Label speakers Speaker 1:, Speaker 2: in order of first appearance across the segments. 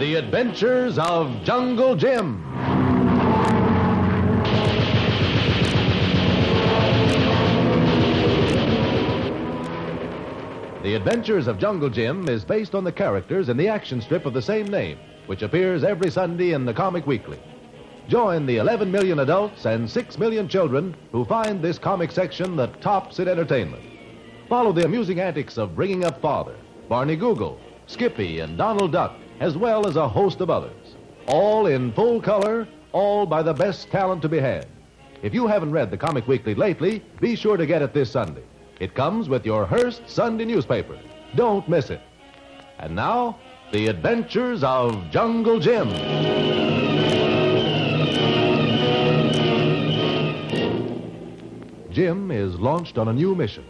Speaker 1: The Adventures of Jungle Jim. The Adventures of Jungle Jim is based on the characters in the action strip of the same name, which appears every Sunday in the Comic Weekly. Join the 11 million adults and 6 million children who find this comic section the tops in entertainment. Follow the amusing antics of Bringing Up Father, Barney Google, Skippy, and Donald Duck as well as a host of others. All in full color, all by the best talent to be had. If you haven't read the Comic Weekly lately, be sure to get it this Sunday. It comes with your Hearst Sunday newspaper. Don't miss it. And now, The Adventures of Jungle Jim. Jim is launched on a new mission,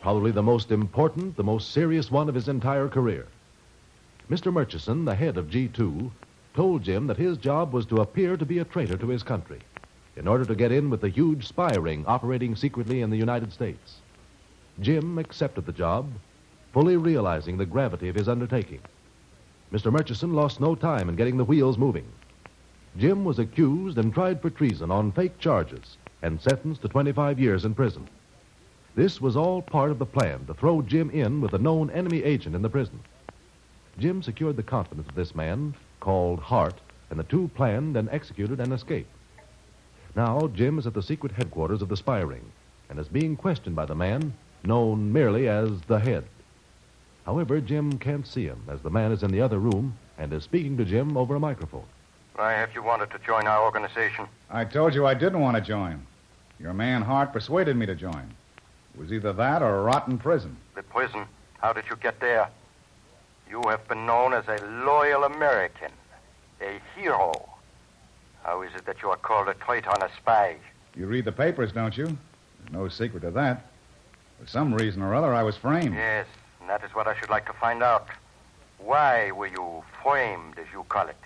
Speaker 1: probably the most important, the most serious one of his entire career. Mr. Murchison, the head of G2, told Jim that his job was to appear to be a traitor to his country in order to get in with the huge spy ring operating secretly in the United States. Jim accepted the job, fully realizing the gravity of his undertaking. Mr. Murchison lost no time in getting the wheels moving. Jim was accused and tried for treason on fake charges and sentenced to 25 years in prison. This was all part of the plan to throw Jim in with a known enemy agent in the prison. Jim secured the confidence of this man, called Hart, and the two planned and executed an escape. Now, Jim is at the secret headquarters of the spy ring and is being questioned by the man known merely as the head. However, Jim can't see him as the man is in the other room and is speaking to Jim over a microphone.
Speaker 2: Why have you wanted to join our organization?
Speaker 3: I told you I didn't want to join. Your man Hart persuaded me to join. It was either that or a rotten prison.
Speaker 2: The prison? How did you get there? You have been known as a loyal American, a hero. How is it that you are called a traitor and a spy?
Speaker 3: You read the papers, don't you? There's no secret to that. For some reason or other, I was framed.
Speaker 2: Yes, and that is what I should like to find out. Why were you framed, as you call it?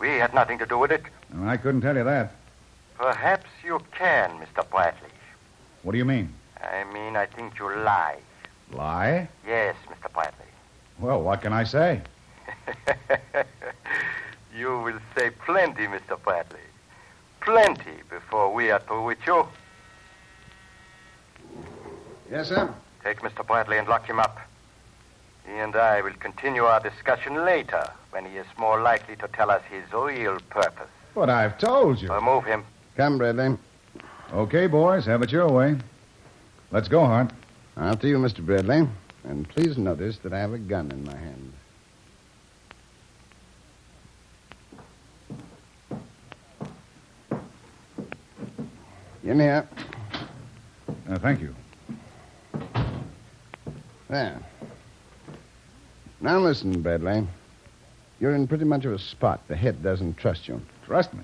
Speaker 2: We had nothing to do with it.
Speaker 3: And I couldn't tell you that.
Speaker 2: Perhaps you can, Mr. Bradley.
Speaker 3: What do you mean?
Speaker 2: I mean, I think you lie.
Speaker 3: Lie?
Speaker 2: Yes, Mr. Bradley.
Speaker 3: Well, what can I say?
Speaker 2: you will say plenty, Mr. Bradley. Plenty before we are through with you.
Speaker 3: Yes, sir.
Speaker 2: Take Mr. Bradley and lock him up. He and I will continue our discussion later when he is more likely to tell us his real purpose.
Speaker 3: But I've told you.
Speaker 2: Remove him.
Speaker 4: Come, Bradley.
Speaker 3: Okay, boys, have it your way. Let's go, Hart.
Speaker 4: After you, Mr. Bradley. And please notice that I have a gun in my hand. In here.
Speaker 3: Uh, thank you.
Speaker 4: There. Now listen, Bradley. You're in pretty much of a spot. The head doesn't trust you.
Speaker 3: Trust me.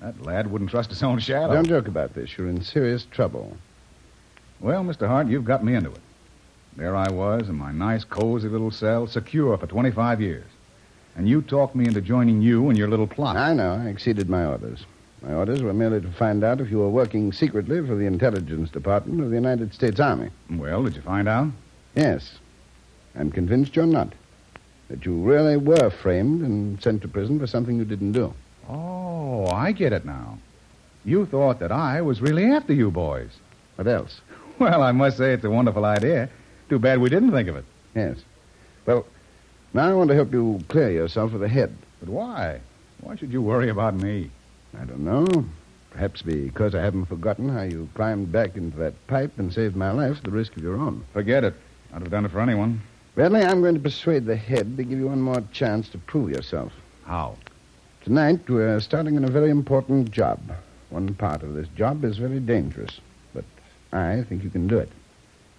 Speaker 3: That lad wouldn't trust his own shadow.
Speaker 4: Don't joke about this. You're in serious trouble.
Speaker 3: Well, Mr. Hart, you've got me into it. There I was in my nice, cozy little cell, secure for 25 years. And you talked me into joining you and your little plot.
Speaker 4: I know. I exceeded my orders. My orders were merely to find out if you were working secretly for the Intelligence Department of the United States Army.
Speaker 3: Well, did you find out?
Speaker 4: Yes. I'm convinced you're not. That you really were framed and sent to prison for something you didn't do.
Speaker 3: Oh, I get it now. You thought that I was really after you boys.
Speaker 4: What else?
Speaker 3: Well, I must say it's a wonderful idea. Too bad we didn't think of it.
Speaker 4: Yes. Well, now I want to help you clear yourself of the head.
Speaker 3: But why? Why should you worry about me?
Speaker 4: I don't know. Perhaps because I haven't forgotten how you climbed back into that pipe and saved my life at the risk of your own.
Speaker 3: Forget it. I'd have done it for anyone.
Speaker 4: Bradley, I'm going to persuade the head to give you one more chance to prove yourself.
Speaker 3: How?
Speaker 4: Tonight, we're starting on a very important job. One part of this job is very dangerous, but I think you can do it.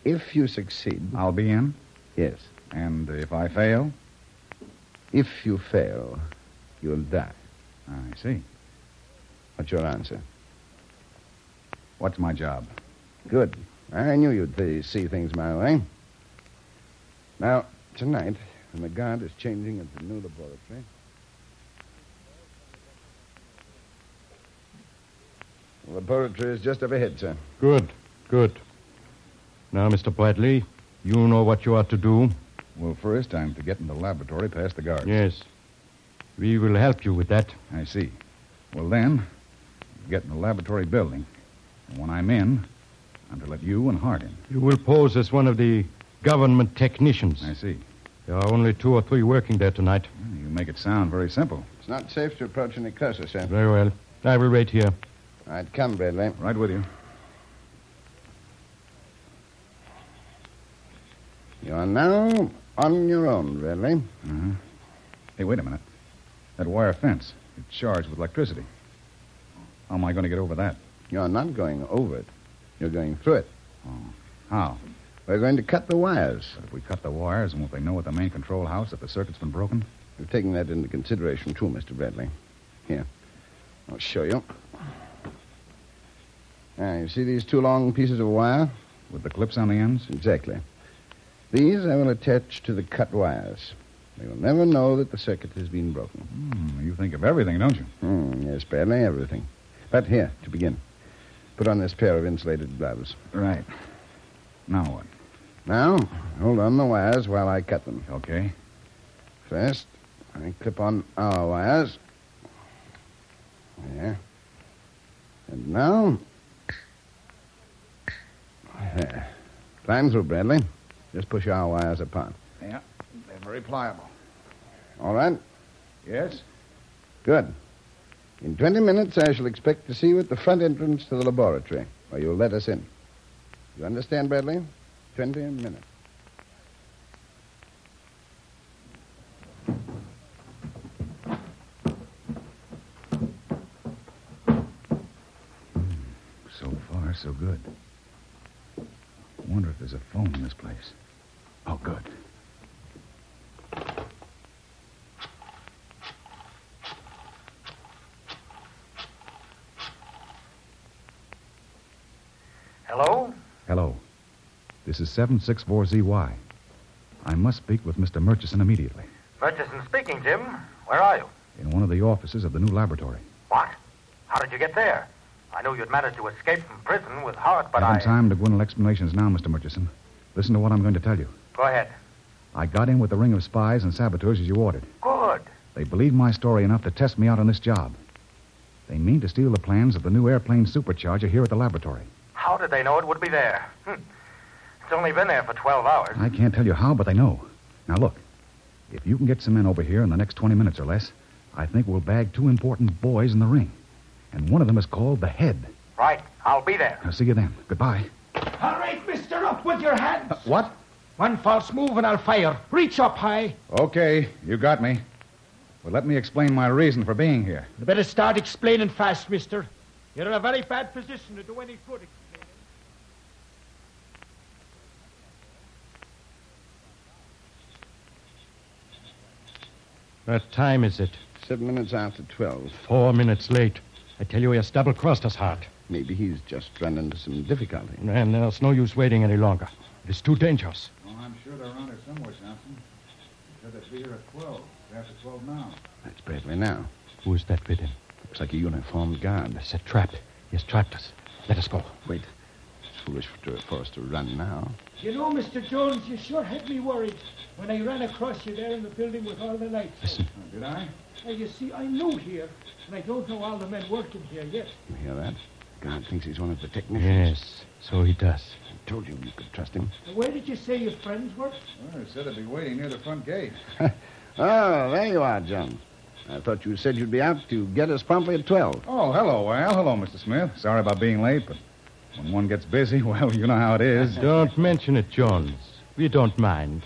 Speaker 4: If you succeed,
Speaker 3: I'll be in.
Speaker 4: yes.
Speaker 3: And if I fail,
Speaker 4: If you fail, you'll die.
Speaker 3: I see.
Speaker 4: What's your answer?
Speaker 3: What's my job?
Speaker 4: Good. I knew you'd th- see things my way. Now, tonight, when the guard is changing at the new laboratory, the laboratory is just up ahead, sir.
Speaker 5: Good, good. Now, Mr. Bradley, you know what you are to do.
Speaker 3: Well, first, I'm to get in the laboratory past the guards.
Speaker 5: Yes. We will help you with that.
Speaker 3: I see. Well, then, get in the laboratory building. And when I'm in, I'm to let you and Hart in.
Speaker 5: You will pose as one of the government technicians.
Speaker 3: I see.
Speaker 5: There are only two or three working there tonight.
Speaker 3: You make it sound very simple.
Speaker 4: It's not safe to approach any closer, sir.
Speaker 5: Very well. I will wait here.
Speaker 4: All right, come, Bradley.
Speaker 3: Right with you.
Speaker 4: You are now on your own, Bradley.
Speaker 3: Hey, wait a minute. That wire fence, it's charged with electricity. How am I going to get over that?
Speaker 4: You are not going over it. You're going through it.
Speaker 3: How?
Speaker 4: We're going to cut the wires.
Speaker 3: But if we cut the wires, won't they know at the main control house that the circuit's been broken?
Speaker 4: We've taken that into consideration, too, Mr. Bradley. Here. I'll show you. Now, you see these two long pieces of wire?
Speaker 3: With the clips on the ends?
Speaker 4: Exactly. These I will attach to the cut wires. They will never know that the circuit has been broken.
Speaker 3: Hmm, you think of everything, don't you?
Speaker 4: Hmm, yes, Bradley, everything. But here, to begin. Put on this pair of insulated gloves.
Speaker 3: Right. Now what?
Speaker 4: Now, hold on the wires while I cut them.
Speaker 3: Okay.
Speaker 4: First, I clip on our wires. There. And now. There. Climb through, Bradley. Just push our wires apart.
Speaker 3: Yeah, they're very pliable.
Speaker 4: All right?
Speaker 3: Yes?
Speaker 4: Good. In 20 minutes, I shall expect to see you at the front entrance to the laboratory, where you'll let us in. You understand, Bradley? 20 minutes.
Speaker 3: So far, so good. Wonder if there's a phone in this place. Oh, good.
Speaker 2: Hello?
Speaker 3: Hello. This is 764ZY. I must speak with Mr. Murchison immediately
Speaker 2: Murchison speaking, Jim. Where are you?
Speaker 3: in one of the offices of the new laboratory.
Speaker 2: What? How did you get there? I knew you'd managed to escape from prison with Hart, but
Speaker 3: haven't
Speaker 2: I.
Speaker 3: time to go into explanations now, Mr. Murchison. Listen to what I'm going to tell you.
Speaker 2: Go ahead.
Speaker 3: I got in with the ring of spies and saboteurs as you ordered.
Speaker 2: Good.
Speaker 3: They believe my story enough to test me out on this job. They mean to steal the plans of the new airplane supercharger here at the laboratory.
Speaker 2: How did they know it would be there? Hmm. It's only been there for 12 hours.
Speaker 3: I can't tell you how, but they know. Now, look. If you can get some men over here in the next 20 minutes or less, I think we'll bag two important boys in the ring. And one of them is called the Head.
Speaker 2: Right. I'll be there.
Speaker 3: I'll see you then. Goodbye.
Speaker 6: All right, mister, up with your hands.
Speaker 3: Uh, What?
Speaker 6: One false move and I'll fire. Reach up high.
Speaker 3: Okay, you got me. But let me explain my reason for being here.
Speaker 6: You better start explaining fast, mister. You're in a very bad position to do any good explaining.
Speaker 5: What time is it?
Speaker 4: Seven minutes after 12.
Speaker 5: Four minutes late. I tell you, he has double crossed us, Hart.
Speaker 4: Maybe he's just run into some difficulty.
Speaker 5: And there's no use waiting any longer. It is too dangerous.
Speaker 3: Oh, I'm sure they're around here somewhere, Thompson. Said they'd be here at 12. They're after 12 now.
Speaker 4: That's Bradley now.
Speaker 5: Who is that with him?
Speaker 4: Looks like a uniformed guard.
Speaker 5: It's a trap. He has trapped us. Let us go.
Speaker 4: Wait. It's foolish for, for us to run now.
Speaker 6: You know, Mr. Jones, you sure had me worried when I ran across you there in the building with all the lights.
Speaker 5: Listen.
Speaker 3: Oh, did I?
Speaker 6: Now, you see, I knew here, and I don't know all the men working here yet.
Speaker 4: You hear that? Guard thinks he's one of the technicians.
Speaker 5: Yes, so he does.
Speaker 4: I told you you could trust him.
Speaker 6: Now, Where did you say your friends were?
Speaker 3: Well, they said they'd be waiting near the front gate.
Speaker 4: Oh, there you are, John. I thought you said you'd be out to get us promptly at 12.
Speaker 3: Oh, hello, Al. Hello, Mr. Smith. Sorry about being late, but when one gets busy, well, you know how it is.
Speaker 5: Don't mention it, Jones. We don't mind.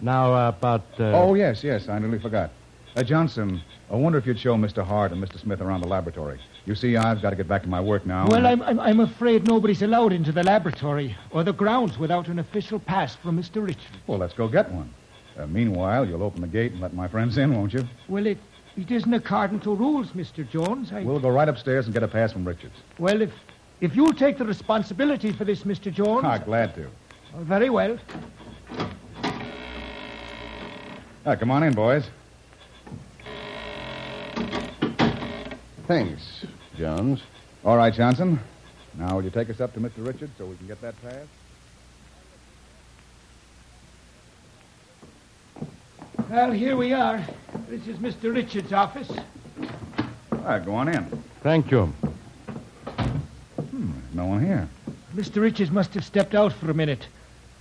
Speaker 5: Now, uh, about. Uh,
Speaker 3: Oh, yes, yes, I nearly forgot. Uh, Johnson, I wonder if you'd show Mr. Hart and Mr. Smith around the laboratory. You see, I've got to get back to my work now.
Speaker 6: Well, I'm,
Speaker 3: and-
Speaker 6: I'm, I'm afraid nobody's allowed into the laboratory or the grounds without an official pass from Mr. Richard.
Speaker 3: Well, let's go get one. Uh, meanwhile, you'll open the gate and let my friends in, won't you?
Speaker 6: Well, it, it isn't according to rules, Mr. Jones. I,
Speaker 3: We'll go right upstairs and get a pass from Richards.
Speaker 6: well, if, if you'll take the responsibility for this, Mr. Jones.
Speaker 3: Ah, glad to.
Speaker 6: Oh, Very well.
Speaker 3: Ah, come on in, boys.
Speaker 4: Thanks, Jones.
Speaker 3: All right, Johnson. Now, will you take us up to Mr. Richards so we can get that pass?
Speaker 6: Well, here we are. This is Mr. Richard's office.
Speaker 3: All right, Ah, go on in.
Speaker 5: Thank you.
Speaker 3: No one here.
Speaker 6: Mr. Richards must have stepped out for a minute.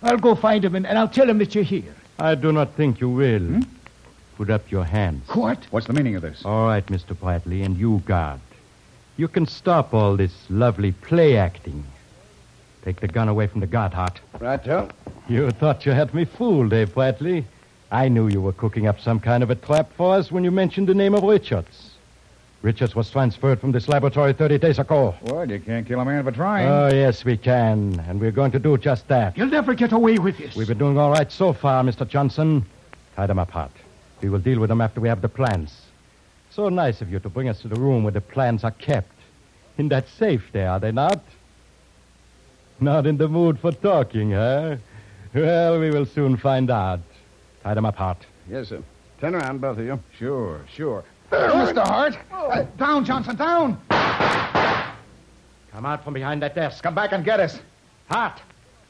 Speaker 6: I'll go find him and, and I'll tell him that you're here.
Speaker 5: I do not think you will.
Speaker 6: Hmm?
Speaker 5: Put up your hands.
Speaker 6: What?
Speaker 3: What's the meaning of this?
Speaker 5: All right, Mr. Bradley, and you, guard. You can stop all this lovely play acting. Take the gun away from the guard, Hart.
Speaker 4: Righto.
Speaker 5: You thought you had me fooled, eh, Bradley? I knew you were cooking up some kind of a trap for us when you mentioned the name of Richards. Richards was transferred from this laboratory 30 days ago.
Speaker 3: Well, you can't kill a man for trying.
Speaker 5: Oh, yes, we can, and we're going to do just that.
Speaker 6: You'll never get away with this.
Speaker 5: We've been doing all right so far, Mr. Johnson. Tie them up, Hart. We will deal with them after we have the plans. So nice of you to bring us to the room where the plans are kept. In that safe there, are they not? Not in the mood for talking, huh? Well, we will soon find out. Tie them up, Hart.
Speaker 4: Yes, sir. Turn around, both of you.
Speaker 3: Sure, sure. There, Mr. Hart. Uh, down, Johnson, down.
Speaker 5: Come out from behind that desk.
Speaker 3: Come back and get us.
Speaker 5: Hart!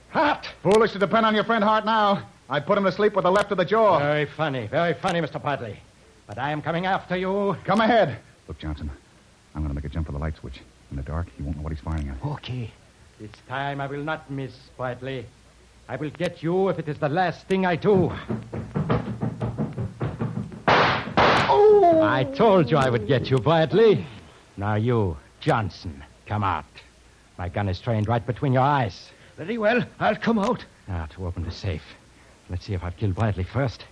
Speaker 5: Hart!
Speaker 3: Foolish to depend on your friend Hart now. I put him to sleep with the left of the jaw.
Speaker 5: Very funny, very funny, Mr. Bartley. But I am coming after you.
Speaker 3: Come ahead. Look, Johnson, I'm going to make a jump for the light switch. In the dark, he won't know what he's firing at.
Speaker 5: Okay. This time I will not miss, Bartley. I will get you if it is the last thing I do. Oh! I told you I would get you, Bartley. Now you, Johnson, come out. My gun is trained right between your eyes.
Speaker 6: Very well. I'll come out.
Speaker 5: Now to open the safe. Let's see if I've killed Bartley first.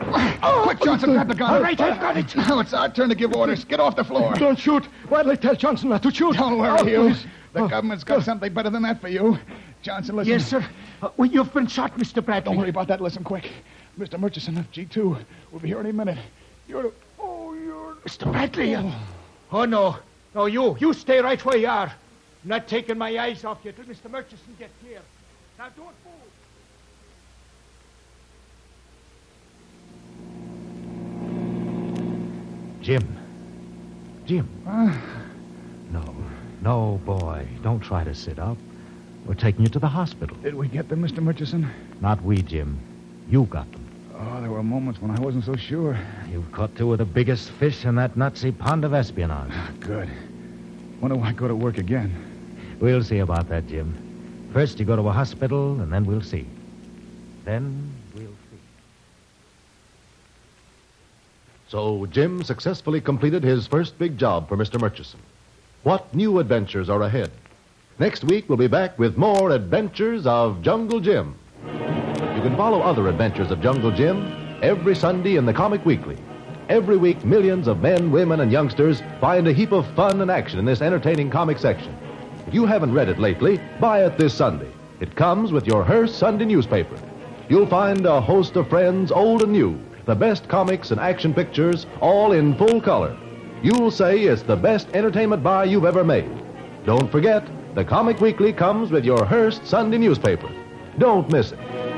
Speaker 3: Oh, quick, Johnson, grab the gun.
Speaker 6: All right, I've got it.
Speaker 3: Now it's our turn to give orders. Get off the floor.
Speaker 5: Don't shoot! Bartley, tell Johnson not to shoot. Oh,
Speaker 3: Don't worry, Oh. Hughes. The government's got something better than that for you. Johnson, listen.
Speaker 6: Yes, sir. Uh, well, you've been shot, Mr. Bradley.
Speaker 3: Don't worry about that. Listen quick. Mr. Murchison of G2 will be here any minute. You're. Oh, you're.
Speaker 6: Mr. Bradley. Oh. no. No, you. You stay right where you are. I'm not taking my eyes off you till Mr. Murchison gets here. Now, don't move.
Speaker 5: Jim. Jim. no. No, boy. Don't try to sit up. We're taking you to the hospital.
Speaker 3: Did we get them, Mr. Murchison?
Speaker 5: Not we, Jim. You got them.
Speaker 3: Oh, there were moments when I wasn't so sure.
Speaker 5: You've caught two of the biggest fish in that Nazi pond of espionage.
Speaker 3: Good. When do I go to work again?
Speaker 5: We'll see about that, Jim. First, you go to a hospital, and then we'll see. Then we'll see.
Speaker 1: So Jim successfully completed his first big job for Mr. Murchison. What new adventures are ahead? Next week, we'll be back with more adventures of Jungle Jim. You can follow other adventures of Jungle Jim every Sunday in the Comic Weekly. Every week, millions of men, women, and youngsters find a heap of fun and action in this entertaining comic section. If you haven't read it lately, buy it this Sunday. It comes with your Hearst Sunday newspaper. You'll find a host of friends, old and new, the best comics and action pictures, all in full color. You'll say it's the best entertainment buy you've ever made. Don't forget, the Comic Weekly comes with your Hearst Sunday newspaper. Don't miss it.